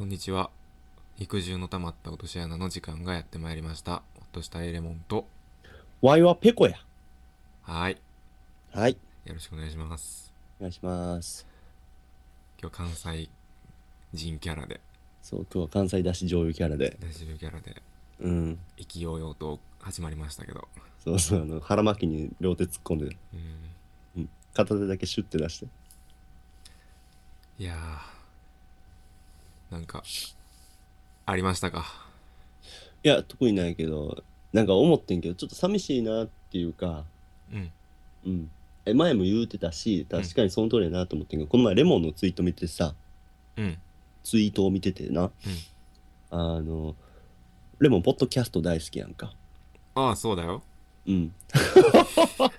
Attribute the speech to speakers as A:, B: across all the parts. A: にちは肉汁の溜まった落とし穴の時間がやってまいりましたほっとしたエレモンと
B: ワイはペコや。
A: はい
B: はい。
A: よろしくお願いします
B: お願いします。
A: 今日関西人キャラで
B: そう、今日は関西出し上位キャラで。
A: 大丈夫キャラで
B: うん。
A: 意気揚々と始まりましたけど
B: そうそう、あの、腹巻きに両手突っ込んで、
A: うん
B: うん、片手だけシュッて出して。
A: いやーなんかありましたか
B: いや、特にないけど、なんか思ってんけど、ちょっと寂しいなっていうか、
A: うん
B: うん。え前も言うてたし、確かにその通りやなと思ってんけど、この前レモンのツイート見てさ、
A: うん
B: ツイートを見ててな、あの、レモン、ポッドキャスト大好きやんか。
A: ああそうだよ
B: うん。あ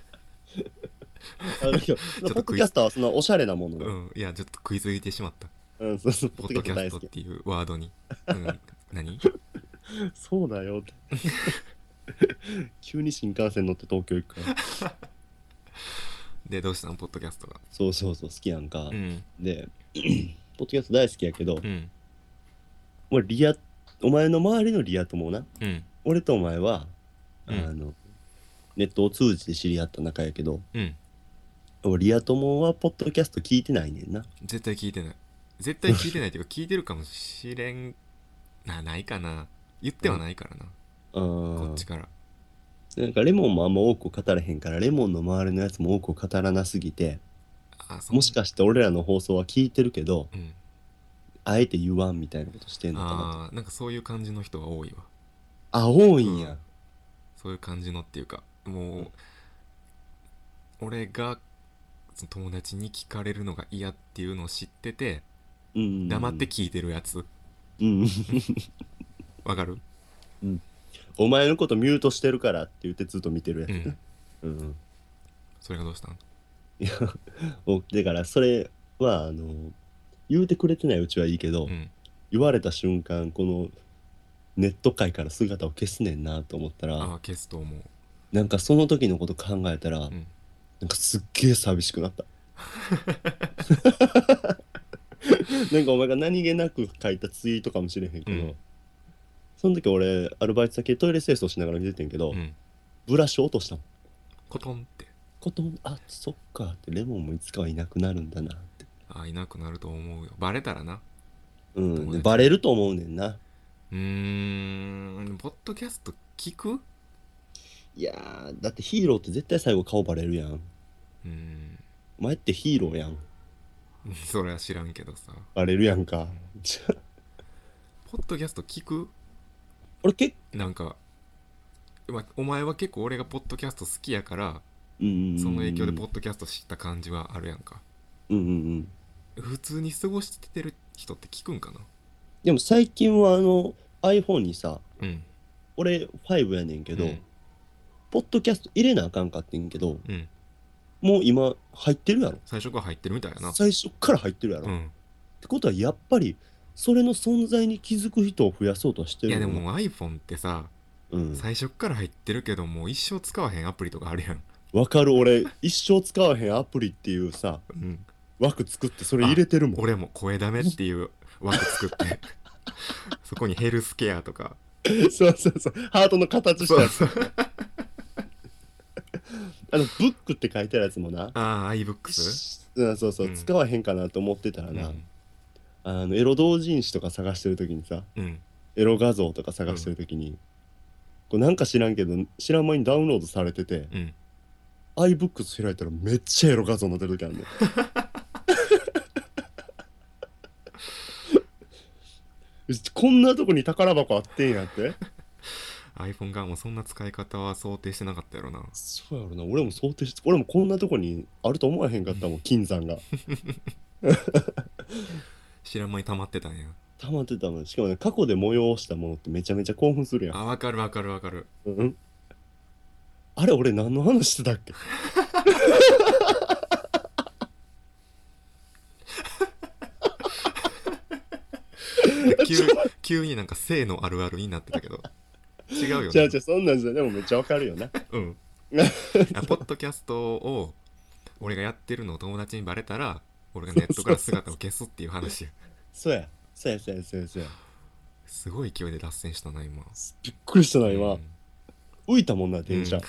B: のポッドキャストはそんなおしゃれなもの
A: う
B: だ
A: んいやちょっと食いついてしまった
B: うん、そうそう、ポ
A: ポ
B: ッ
A: ッ
B: ド
A: ドキ
B: キャスト
A: ャ
B: 大
A: スト
B: 好
A: っ
B: き。
A: ていうワードに、うん、何
B: そう だよって。急に新幹線乗って東京行くから。
A: でどうしたのポッドキャストが
B: そうそうそう、好きやんか
A: う。ん
B: で、 ポッドキャスト大好きやけど
A: う、ん
B: 俺、リア、お前の周りのリア友な、
A: うん
B: 俺とお前は、あ
A: うん
B: の、ネットを通じて知り合った仲やけど、
A: うん
B: 俺リア友はポッドキャスト聞いてないねんな。
A: 絶対聞いてない絶対聞いてないっていうか聞いてるかもしれんなないかな言ってはないからな、
B: う
A: こ
B: ん
A: っち。から
B: なんかレモンもあんま多く語らへんから、レモンの周りのやつも多く語らなすぎて、
A: あそ
B: もしかして俺らの放送は聞いてるけど、
A: うん
B: あえて言わんみたいなことしてんのかな
A: あーなんかそういう感じの人は多いわ
B: あ多いんや、
A: うんそういう感じのっていうかもう俺がその友達に聞かれるのが嫌っていうのを知ってて
B: うんうんうん、
A: 黙って聞いてるやつ
B: うんうん
A: わかる
B: お前のことミュートしてるからって言ってずっと見てるやつ
A: う、ん
B: うんうん
A: それがどうしたん
B: いやおだからそれはあの言うてくれてないうちはいいけど、
A: うん
B: 言われた瞬間このネット界から姿を消すねんなと思った
A: あ
B: ら
A: あ消すと思う
B: なんかその時のこと考えたら、
A: ん
B: なんかすっげえ寂し くなったなんかお前が何気なく書いたツイートかもしれへんけど、
A: うん
B: その時俺アルバイト先でトイレ清掃しながら見ててんけど、
A: うん
B: ブラシ落としたもん
A: コトンって
B: コトンあそっかってレモンもいつかはいなくなるんだなって、
A: ああいなくなると思うよバレたらな
B: うん、
A: 友
B: で
A: 達
B: バレると思うねんな
A: うーんポッドキャスト聞くう
B: いやーだってヒーローって絶対最後顔バレるやん
A: ーん
B: お前ってヒーローやん
A: それは知らんけどさ
B: バレるやんか
A: ポッドキャスト聞く
B: 俺結
A: なんか、まあ、お前は結構俺がポッドキャスト好きやから
B: 構
A: その影響でポ
B: ッ
A: ッドキャスト知った感じはあるやんか
B: うんうんうん
A: 普通に過ごしてる人って聞くんかな
B: でも最近はあの iPhone にさ
A: うん
B: 俺5やねんけど、
A: うん
B: ポッドキャスト入れなあかんかってんけど
A: うん
B: もう今入ってるやろ
A: 最初から入ってるみたいやな
B: 最初っから入ってるやろ、
A: う
B: っ
A: ん
B: てことはやっぱりそれの存在に気づく人を増やそうとして
A: い
B: る
A: や
B: よ
A: で
B: ね
A: も iPhone ってさ
B: うん、
A: 最初から入ってるけどもう一生使わへんアプリとかあるやん
B: わかる俺一生使わへんアプリっていうさ
A: うん
B: 枠作ってそれ入れてるもん
A: 俺も声ダメっていう枠作って そこにヘルスケアとか
B: そうそうそうハートの形したやつ
A: そうそう
B: あのブックって書いてあるやつもな
A: ああ iBooks?
B: うんそうそう、
A: うん
B: 使わへんかなと思ってたら
A: う
B: な、
A: ん
B: あのエロ同人誌とか探してる時にさ
A: うん
B: エロ画像とか探してる時に、こうなんか知らんけど知らん間にダウンロードされてて、
A: うん
B: iBooks 開いたらめっちゃエロ画像載ってる時あるねん うちこんなとこに宝箱あってんやって
A: iPhone がもうそんな使い方は想定してなかったやろな
B: そうやろな俺も想定して俺もこんなとこにあると思わへんかったもん金山が
A: 知らん間に溜まってたんや
B: 溜まってたもんしかもね過去で催したものってめちゃめちゃ興奮するやん
A: あわかるわかるわか る
B: うん あれ俺何の話してたっけ
A: 急急になんか性のあるあるになってたけど違うよ
B: 違う
A: ね
B: 違うそんなんじゃでもめっちゃわかる よな
A: うんあポッドキャストを俺がやってるのを友達にバレたら俺がネットから姿を消すっていう話や
B: そうやそうやそうやそうやそうや
A: すごい勢いで脱線したな今
B: びっくりしたな
A: う
B: 今
A: ん
B: 浮いたもんな電車、
A: うん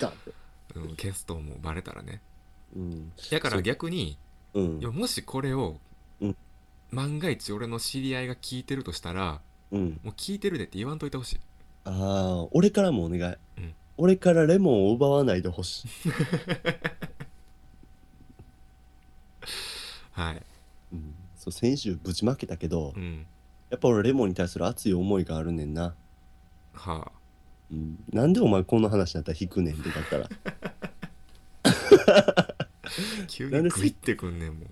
B: ガンって
A: うん、ゲストもバレたらね
B: うん
A: だか
B: そ
A: ら
B: う
A: 逆に
B: うん
A: いやもしこれを、
B: うん
A: 万が一俺の知り合いが聞いてるとしたら
B: うん
A: もう聞いてるでって言わんといてほしい
B: ああ俺からもお願い、
A: うん
B: 俺からレモンを奪わないでほし い、
A: はい
B: うん、そう先週ぶちまけたけど、
A: うん
B: やっぱ俺レモンに対する熱い思いがあるねんな、
A: は
B: うん、なんでお前この話になったら引くねんってだ ったら
A: あ急
B: な
A: に
B: んでせ
A: グイってくんねんもん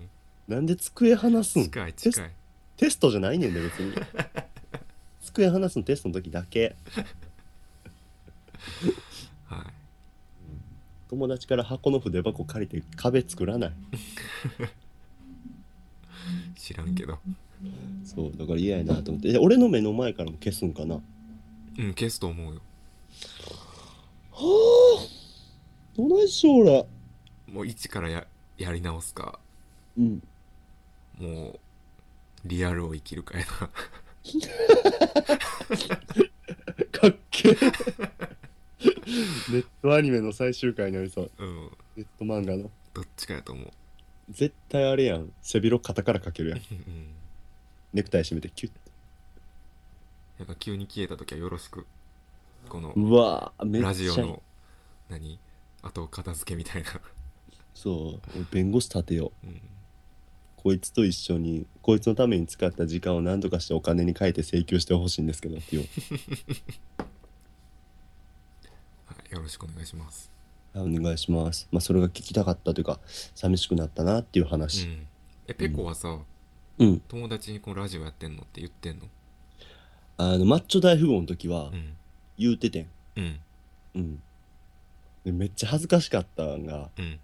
B: なんで机離すん
A: 近い近い
B: テストじゃないねんで別に机離すのテストの時だけ
A: はい
B: 友達から箱の筆箱借りて壁作らない
A: 知らんけど
B: そうだから嫌やなと思ってえ俺の目の前からも消すんかなは
A: うん消すと思うよ
B: あどないしょうら
A: もう一からややり直すか
B: うん
A: もうリアルを生きるかやな
B: かっけえネットアニメの最終回にありそう
A: うん
B: ネット漫画の
A: どっちかやと思う
B: 絶対あれやん背広肩からかけるやん
A: うん
B: ネクタイ締めてキュッ
A: やっぱ急に消えた時はよろしくこの
B: うわーめっちゃ
A: ラジオの何後片付けみたいな、
B: そう俺弁護士立てよう
A: うん、
B: こいつと一緒にこいつのために使った時間を何とかしてお金に変えて請求してほしいんですけどっていう
A: はいよろしくお願いします
B: お願いしますまあそれが聞きたかったというか寂しくなったなっていう
A: う
B: 話
A: んえペコはさ、
B: うん、
A: 友達にこのラジオやってんのって言ってんの
B: あのマッチョ大富豪の時
A: う
B: は
A: ん
B: 言うててん
A: うん
B: うんでめっちゃ恥ずかしかったんが
A: うん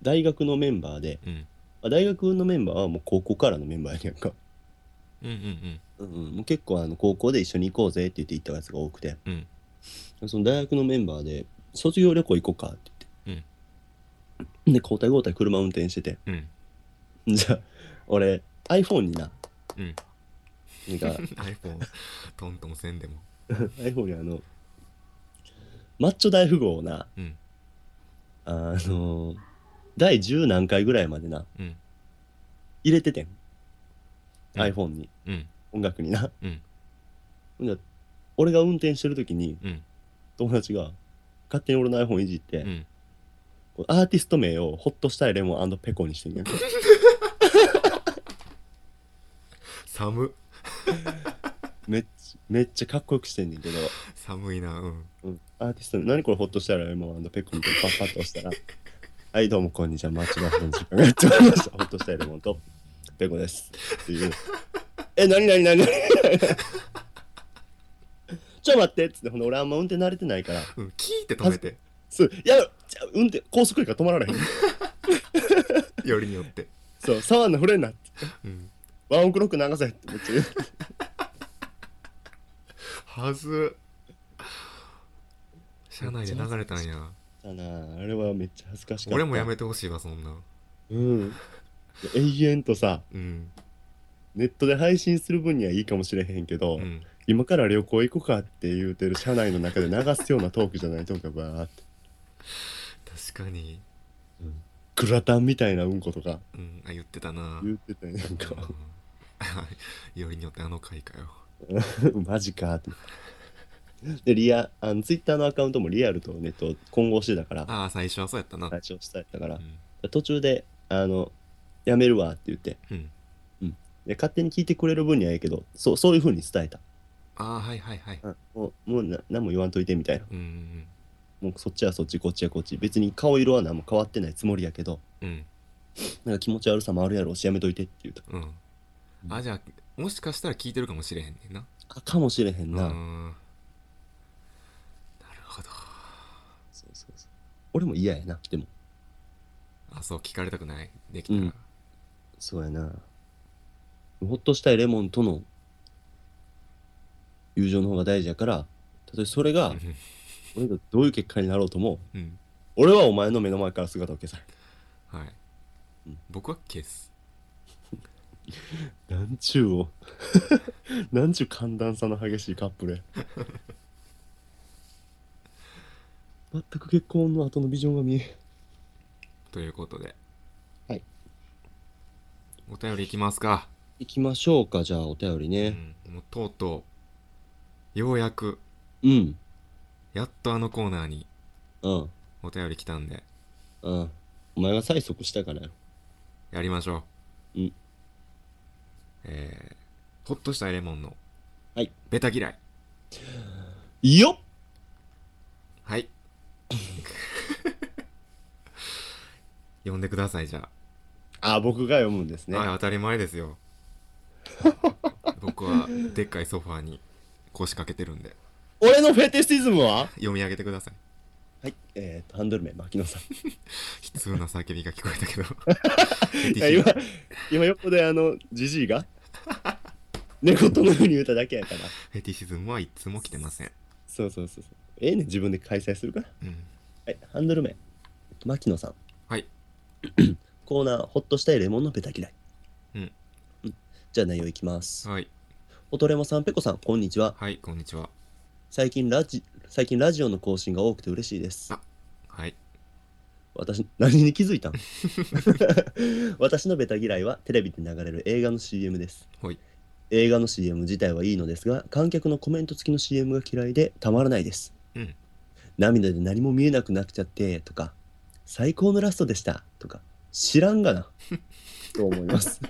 B: 大学のメンバーで、
A: うん
B: まあ、大学のメンバーはもう高校からのメンバーやねんか
A: うんうん
B: うんうん、もう結構あの高校で一緒に行こうぜって言って行ったやつが多くて、
A: うん
B: その大学のメンバーで卒業旅行行こうかって言って、で交代交代車運転してて
A: うん うん
B: じゃあ俺 iPhone にな
A: うん
B: なんか
A: iPhone トントンせんでも
B: iPhone にあのマッチョ大富豪をな
A: うん
B: あの第10何回ぐらいまでな
A: うん
B: 入れててん、
A: うん
B: iPhone に
A: うん
B: 音楽にな、
A: うん
B: ほんで俺が運転してる時に
A: うん
B: 友達が勝手に俺の iPhone いじって、
A: うん
B: こうアーティスト名をホッとしたいレモンペコにしてんねん
A: 寒
B: めっちめっちゃかっこよくしてんねんけど、
A: 寒いなうん
B: うんアーティスト名何これホッとしたいレモンペコみたいなパッパッと押したら「はいどうもこんにちはマッチバフの時間がやってまいりましたホッとしたいレモンとペコです」っていう「え何何何何ちょ待って」っつってほんで俺あんま運転慣れてないから
A: うんキーって止めて
B: 「そういやちゃ運転高速やから止まられへん」
A: よりによって
B: そう「触んの触れんな」って
A: うん
B: 「ワンオクロック流せ」ってめっちゃ言う
A: はず車内で流れたんや
B: だなあれはめっちゃ恥ずかしかった
A: 俺もやめてほしいわそんな
B: うん。永遠とさ、
A: うん
B: ネットで配信する分にはいいかもしれへんけど、
A: うん
B: 今から旅行行こうかって言うてる車内の中で流すようなトークじゃないトークがバーって。
A: 確かに
B: グラタンみたいなうんことか
A: うんあ言ってたな
B: 言ってたよな んか、
A: うんよりによってあの回かよ
B: マジかって。で、リア、あの、ツイッターのアカウントもリアルとネットを混合してたから、
A: ああ最初はそうやったな
B: 最初したやったから
A: う、ん
B: 途中で、あの、やめるわって言って、
A: うん
B: で勝手に聞いてくれる分にはいいけど、そう、そういうふうに伝えた。
A: ああはいはいはい
B: うんもう、もうな何も言わんといてみたいな。
A: うん
B: もうそっちはそっちこっちはこっち別に顔色は何も変わってないつもりやけど
A: うんうん
B: なんか気持ち悪さもあるやろうしやめといてって言うと
A: うんあじゃあもしかしたら聞いてるかもしれへんねんな
B: あかもしれへんな、
A: うんなるほど
B: そうそうそう俺も嫌やなでも
A: あそう聞かれたくないできたら、
B: うんそうやなほっとしたいレモンとの友情の方が大事やからたとえそれが俺がどういう結果になろうとも
A: うん
B: 俺はお前の目の前から姿を消さない
A: はい、
B: うん
A: 僕は消す
B: なんちゅうを なんちゅう寒暖差の激しいカップルや 全く結婚の後のビジョンが見えん
A: ということで
B: はい
A: お便りいきますか、
B: 行きましょうかじゃあお便り
A: う
B: ね
A: ん、もうとうとうようやく
B: うん
A: やっとあのコーナーに
B: うん
A: お便り来たんで
B: うんお前が催促したからよ
A: やりましょう
B: うん
A: えー、ほっとしたレモンの
B: はい
A: ベタ嫌い
B: よっ
A: はい 呼んでくださいじゃあ
B: あ僕が読むんですね
A: はい、当たり前ですよ。僕はでっかいソファーに腰掛けてるんで、
B: 俺のフェティシズムは
A: 読み上げてください。
B: はいえー、とハンドル名牧野 さん
A: 悲痛な叫びが聞こえた けど。
B: いや今今横であのじじい が猫とのふうに言うただけやから
A: フェティシズムはいつも来てません。
B: そうそうそうそうええねん自分で開催するから
A: うん。
B: はいハンドル名牧野さん
A: はい。
B: コーナーほっとしたいレモンのベタ嫌い
A: うん、
B: うん、じゃあ内容いきます
A: はい。
B: おとれもさんペコさんこんにちは
A: はい、こんにちは。
B: 最近ラジ最近ラジオの更新が多くて嬉しいです
A: あはい。
B: 私何に気づいたん私のベ タ嫌いはテレビで流れる映画の CM です
A: ほい。
B: 映画の CM 自体はいいのですが観客のコメント付きの CM が嫌いでたまらないです、
A: うん
B: 涙で何も見えなくなっちゃってとか最高のラストでしたとか知らんが なと思います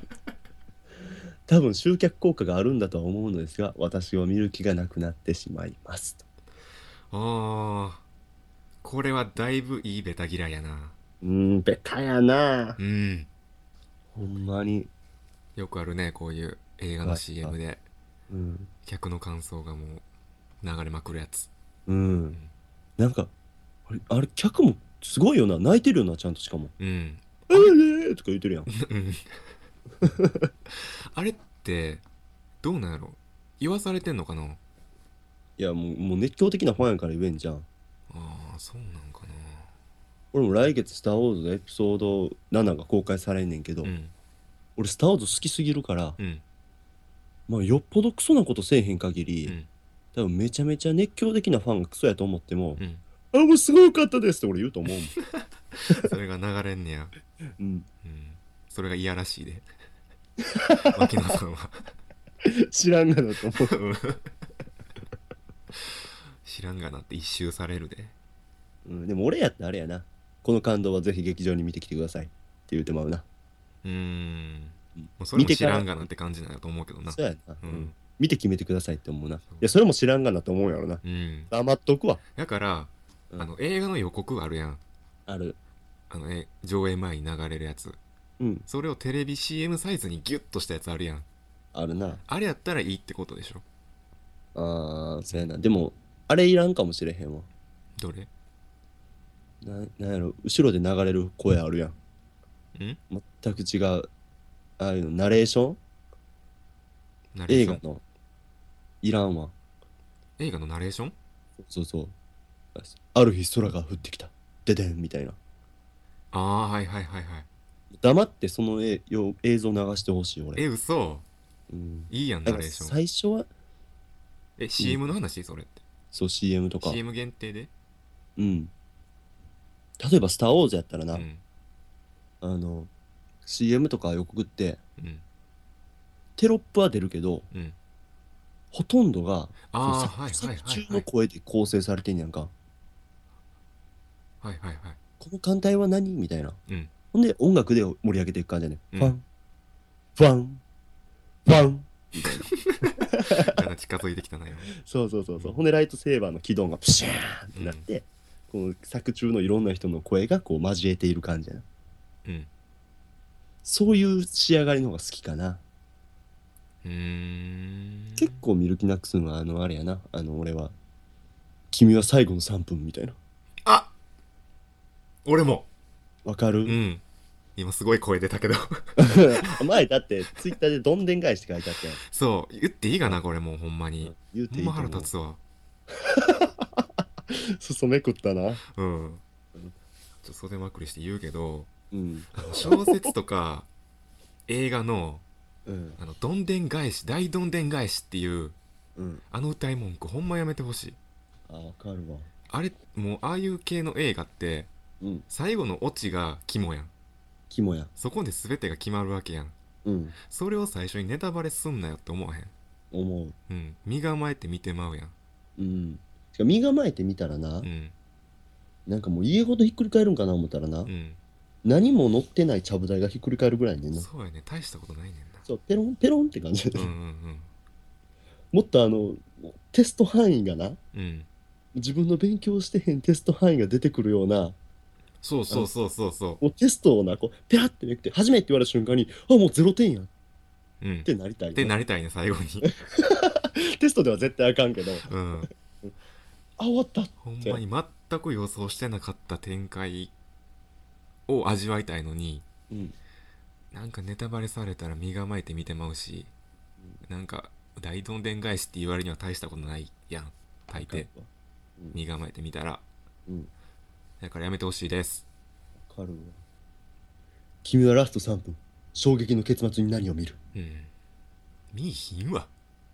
B: 多分集客効果があるんだとは思うのですが私を見る気がなくなってしまいます
A: あー、これはだいぶいいベタ嫌いやな。
B: うーんベタやな
A: うん。
B: ほんまに、
A: よくあるね、こういう映画の CM で、
B: うん、
A: 客の感想がもう流れまくるやつ。
B: うん、なんかあれあれ客もすごいよな泣いてるよなちゃんとしかも
A: うん。
B: 「えー、とか言ってるやん
A: うん あれってどうなんやろ言わされてんのかない
B: やもうもう熱狂的なファンやから言えんじゃん
A: ああそうなんかな
B: 俺も来月「スター・ウォーズ」のエピソード7が公開されんねんけど、
A: うん
B: 俺「スター・ウォーズ」好きすぎるから、
A: うん
B: まあ、よっぽどクソなことせえへん限り、
A: うん
B: 多分めちゃめちゃ熱狂的なファンがクソやと思っても
A: うん
B: 「あもうすごかったです」って俺言うと思うもん、
A: それが流れんねや、
B: うん、
A: うん、それがいやらしい で牧野さんは
B: 知らんがなと思う
A: 知らんがなって一周されるで
B: うん、でも俺やったらあれやなこの感動はぜひ劇場に見てきてくださいって言うてまうな
A: うーん
B: うん
A: もうそれも
B: 見て
A: 知
B: から
A: らんがなって感じなんやと思うけどな
B: そうやな、
A: う
B: うんん、見て決めてくださいって思うない
A: そう
B: やそれも知らんがなと思うやろな
A: うん
B: 黙っとくわ
A: だから、
B: うん
A: あの映画の予告あるやん
B: ある
A: あのえ上映前に流れるやつ
B: うん
A: それをテレビ CM サイズにギュッとしたやつあるやん
B: あるな
A: あれやったらいいってことでしょ
B: あーそうやなでもあれいらんかもしれへんわ
A: どれ
B: ななんやろ後ろで流れる声あるやん
A: ん
B: 全く違うああいうのナレーション
A: ナレー
B: 映
A: ショ
B: 画
A: ン
B: のいらんわ
A: 映画のナレーション
B: そうそうある日空が降ってきたででんみたいな
A: ああはいはいはいはい
B: 黙ってその絵よ映像流してほしい俺
A: え嘘
B: うん
A: いいやん
B: だ
A: ナ
B: か
A: レ
B: ら
A: ーション
B: 最初は
A: え CM の話それって
B: そう CM とか
A: CM 限定で
B: うん例えば「スター・ウォーズ」やったら
A: う
B: な、
A: ん
B: あの CM とか予告って
A: うん
B: テロップは出るけど
A: うん
B: ほとんどが
A: ああ
B: その
A: はいはいはい
B: 中
A: は
B: の
A: い
B: 声で構成されてんやんか、
A: はいはいはい
B: この艦隊は何みたいな、
A: うん
B: ほんで音楽で盛り上げていく感じやね、
A: うん
B: ファンファンファン
A: なんか近づいてきたなよ
B: そうそうそうそうほんでライトセーバーの軌道がプシャーンってなって、この作中のいろんな人の声がこう交えている感じやな
A: うん
B: そういう仕上がりの方が好きかな
A: うーん
B: 結構見る気なくすのはあのあれやなあの俺は「君は最後の3分」みたいな
A: あ俺も
B: わかる、
A: う ん今すごい声出たけど
B: 前だってツイッターでどんでん返しって書いてあったやん
A: そう言っていいかなこれもうほんまに
B: 言うて
A: ほ
B: い
A: んま
B: いと思
A: 腹
B: う
A: 立つわ
B: すそめくったな
A: うんちょっと袖まくりして言うけど
B: うん
A: 小説とか映画の
B: うん
A: あのどんでん返し大どんでん返しっていう
B: うん
A: あの歌い文句ほんまやめてほしい
B: あわかるわ
A: あれもうああいう系の映画って
B: うん
A: 最後のオチが肝やん
B: 肝や
A: そこで全てが決まるわけやん
B: うん
A: それを最初にネタバレすんなよって思わへん
B: 思う
A: うん身構えて見てまうやん
B: うんしかも身構えてみたらな、
A: うん
B: なんかもう家ごとひっくり返るんかな思ったらな、
A: うん
B: 何も乗ってないちゃぶ台がひっくり返るぐらいでな
A: そうやね大したことないねんな
B: そうペロンペロンって感じで、
A: うんうん
B: もっとあのテスト範囲がな
A: うんうん
B: 自分の勉強してへんテスト範囲が出てくるような
A: そうそうそうそうそ
B: もうテストをなこうペラってめくって「初め」って言われた瞬間に「あもう0点や」っ
A: ううんって
B: なりたい
A: てなりたいね最後 に
B: テストでは絶対あかんけど
A: うん
B: あ終わった
A: ほんまに全く予想してなかった展開を味わいたいのに
B: うん
A: なんかネタバレされたら身構えて見てまうしなんか大どんでん返しって言われるには大したことないやん大抵
B: うん
A: 身構えてみたら
B: うん
A: だからやめてほしいです
B: わかるわ君はラスト3分衝撃の結末に何を見る
A: うん見いひんわ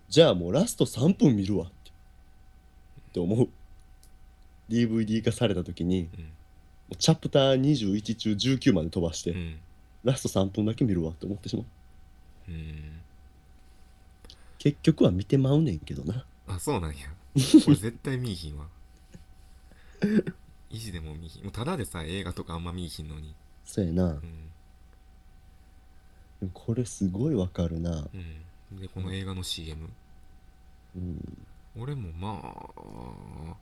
B: じゃあもうラスト3分見るわってって思う DVD 化された時に
A: うん
B: もうチャプター21中19まで飛ばして、
A: うん
B: ラスト3分だけ見るわって思ってしまう
A: うん
B: 結局は見てまうねんけどな
A: あそうなん や俺絶対見いひんわ意地でも見いひんもうただでさえ映画とかあんま見いひんのに
B: そうやな
A: うん
B: でもこれすごいわかるな
A: うんでこの映画の CM
B: うん
A: 俺もまあ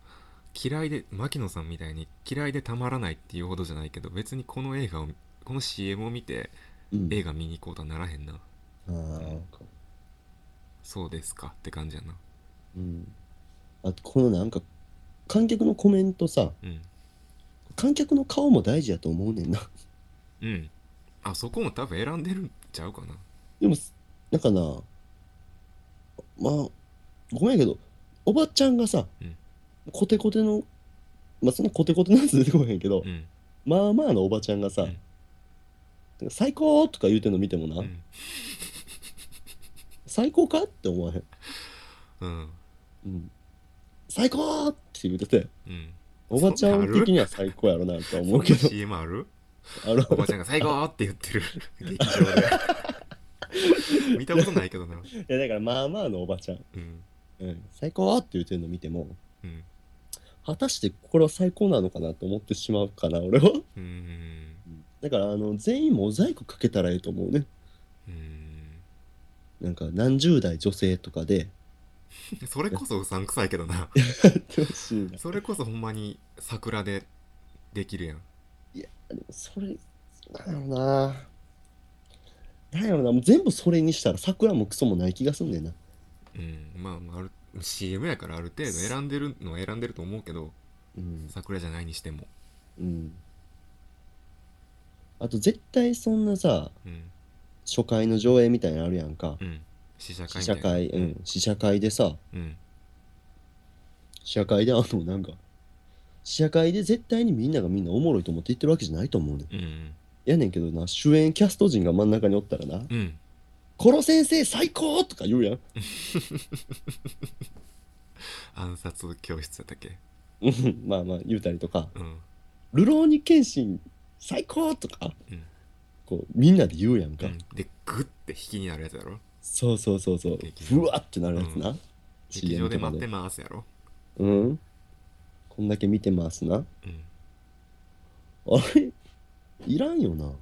A: 嫌いで牧野さんみたいに嫌いでたまらないっていうほどじゃないけど別にこの映画をこの CM を見て
B: うん
A: 映画見に行こうとはならへんな
B: ああ
A: そうですかって感じやな
B: うんあとこのなんか観客のコメントさ
A: うん
B: 観客の顔も大事やと思うねんな
A: うんあそこも多分選んでるんちゃうかな
B: でもなんかなまあごめんやけどおばちゃんがさ、
A: うん
B: コテコテのまあそんなコテコテなんて出てこへんけど、
A: うん
B: まあまあのおばちゃんがさ、
A: うん
B: なんか最高とか言うてんの見てもな、
A: うん、
B: 最高かって思わへん、
A: うん
B: うん、最高って言うてて
A: うん、
B: おばちゃん的には最高やろなとは思うけど
A: CM ある
B: あの
A: おばちゃんが「最高!」って言って る劇場で見たことないけどない
B: やだからまあまあのおばちゃん、
A: うん
B: うん、最高って言ってるの見ても
A: うん
B: 果たしてこれは最高なのかなと思ってしまうかな俺は
A: うーん
B: だからあの全員モザイクかけたらええと思うね
A: うーん
B: なんか何十代女性とか で
A: それこそうさんくさいけどな
B: やってほしいな
A: それこそほんまに桜でできるやん
B: でもそれなんやろななんやろなもう全部それにしたら桜もクソもない気がすんねんな
A: うんまあまあある CM やからある程度選んでるのは選んでると思うけど
B: うん
A: 桜じゃないにしても
B: うんあと絶対そんなさ
A: うん
B: 初回の上映みたいなのあるやんか
A: うん試写会
B: 試
A: みた
B: 写
A: いな
B: 会うん試写会でさ
A: うん
B: 試写会であのなんか試写会で絶対にみんながみんなおもろいと思って言ってるわけじゃないと思うねん
A: うん
B: やねんけどな主演キャスト陣が真ん中におったらな
A: うんうん
B: 「コロ先生最高!」とか言うやん
A: 暗殺教室やったっけ
B: うんまあまあ言うたりとか
A: うん
B: 「流浪に剣心最高!」とか
A: うん
B: こうみんなで言うやん
A: う
B: か、
A: んでグッて引きになるやつやろ
B: そうそうそうそう
A: 劇場
B: ふわってなるやつな、
A: 劇場
B: CM
A: で
B: とか
A: 待って
B: で
A: ますやろ
B: うんこんだけ見てますな
A: うん
B: あれいらんよな
A: う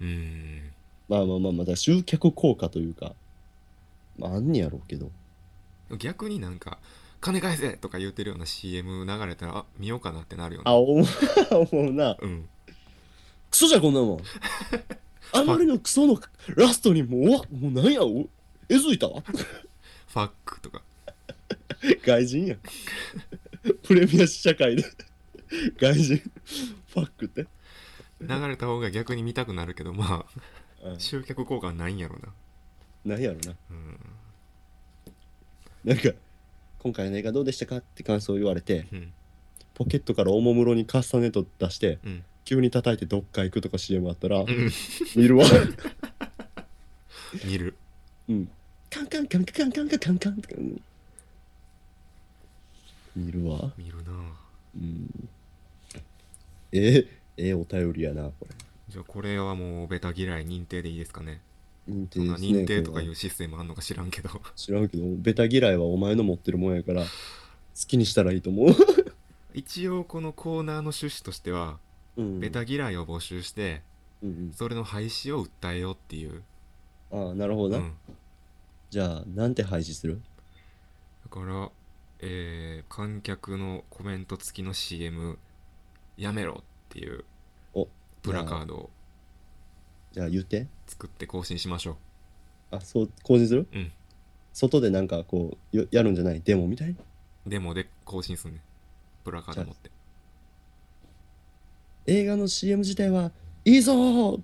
A: ーん
B: まあまあまあまあだから集客効果というかまああんねやろうけど
A: 逆になんか「金返せ!」とか言うてるような CM 流れたらあ見ようかなってなるよね
B: あ思う 思うな
A: うん
B: クソじゃこんなも んあまりのクソのラストにもううわもうなんやおえずいたわ
A: ファックとか
B: 外人やんプレミア試写会で外人ファックって、
A: 流れた方が逆に見たくなるけどま
B: う
A: あ集客効果はないんやろな
B: なんやろな
A: うん
B: なんか今回の映画どうでしたかって感想を言われて
A: うん
B: ポケットからおもむろにカスタネット出して
A: うん
B: 急に叩いてどっか行くとか CM あったら、
A: うん
B: 見るわ
A: 見る
B: うん。カンカンカンカンカンカンカンカンって。うん見るわ。
A: 見るな
B: うん。え、え、お便りやな、これ。
A: じゃあこれはもうベタ嫌い認定でいいですかね
B: 認
A: そ
B: 定
A: んな
B: ですね
A: 認定とか
B: これ
A: い
B: は
A: うシステムあんのか知らんけど
B: 知らんけど、ベタ嫌いはお前の持ってるもんやから、好きにしたらいいと思う。
A: 一応このコーナーの趣旨としては
B: うん
A: ベタ嫌いを募集して
B: うんうん、
A: それの廃止を訴えようっていう、
B: ああ、なるほ
A: う
B: どな。
A: ん、
B: じゃあ、なんて廃止する
A: だから、えー観客のコメント付きの CM やめろっていう
B: お
A: プラカードを
B: じゃあ言って。
A: 作って更新しましょ
B: あ、そう、更新する
A: うん
B: 外でなんかこう、よやるんじゃないデモみたいう
A: デモで更新すんねプラカード持って
B: 映画の CM 自体は、いいぞー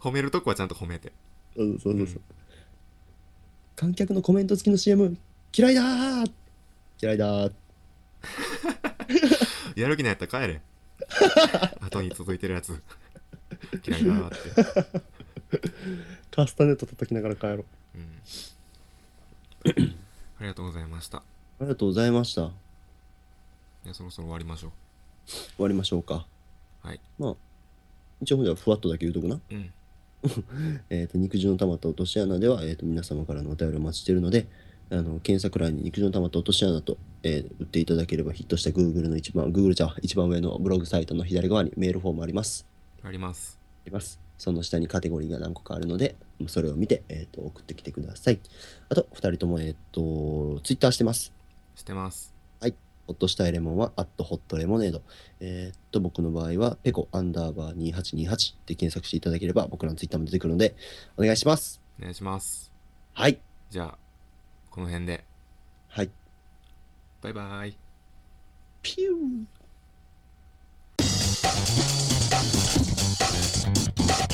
A: 褒めるとこはちゃんと褒めて
B: そうそうそうそう。観客のコメント付きの CM、嫌いだー嫌いだー
A: やる気ないやったら帰れ後に続いてるやつ嫌いだなーって、
B: カスタネット叩きながら帰ろう。
A: うん、ありがとうございました
B: ありがとうございました。
A: いやそろそろ終わりましょ
B: 終わりましょうか。
A: はい。
B: まあ、一応、じゃあ、ふわっとだけ言うとくな。
A: ううん
B: えー、と肉汁の溜まった落とし穴では、えー、と皆様からのお便りをお待ちしているのであの検索欄に肉汁の溜まった落とし穴と、えー打っていただければヒットした Google の一番 Google じゃ一番上のブログサイトの左側にメールフォームあります
A: あります
B: ありますその下にカテゴリーが何個かあるのでそれを見て、えー、と送ってきてくださいあと2人とも、えっと Twitter してます
A: してます
B: ホットしたいレモンは、アットホットレモネード。えーっと、僕の場合は、ペコアンダーバー2828で検索していただければ、僕らのツイッターも出てくるので、お願いします。
A: お願いします
B: はい。
A: じゃあこの辺で
B: はい。
A: バイバイ
B: ピュー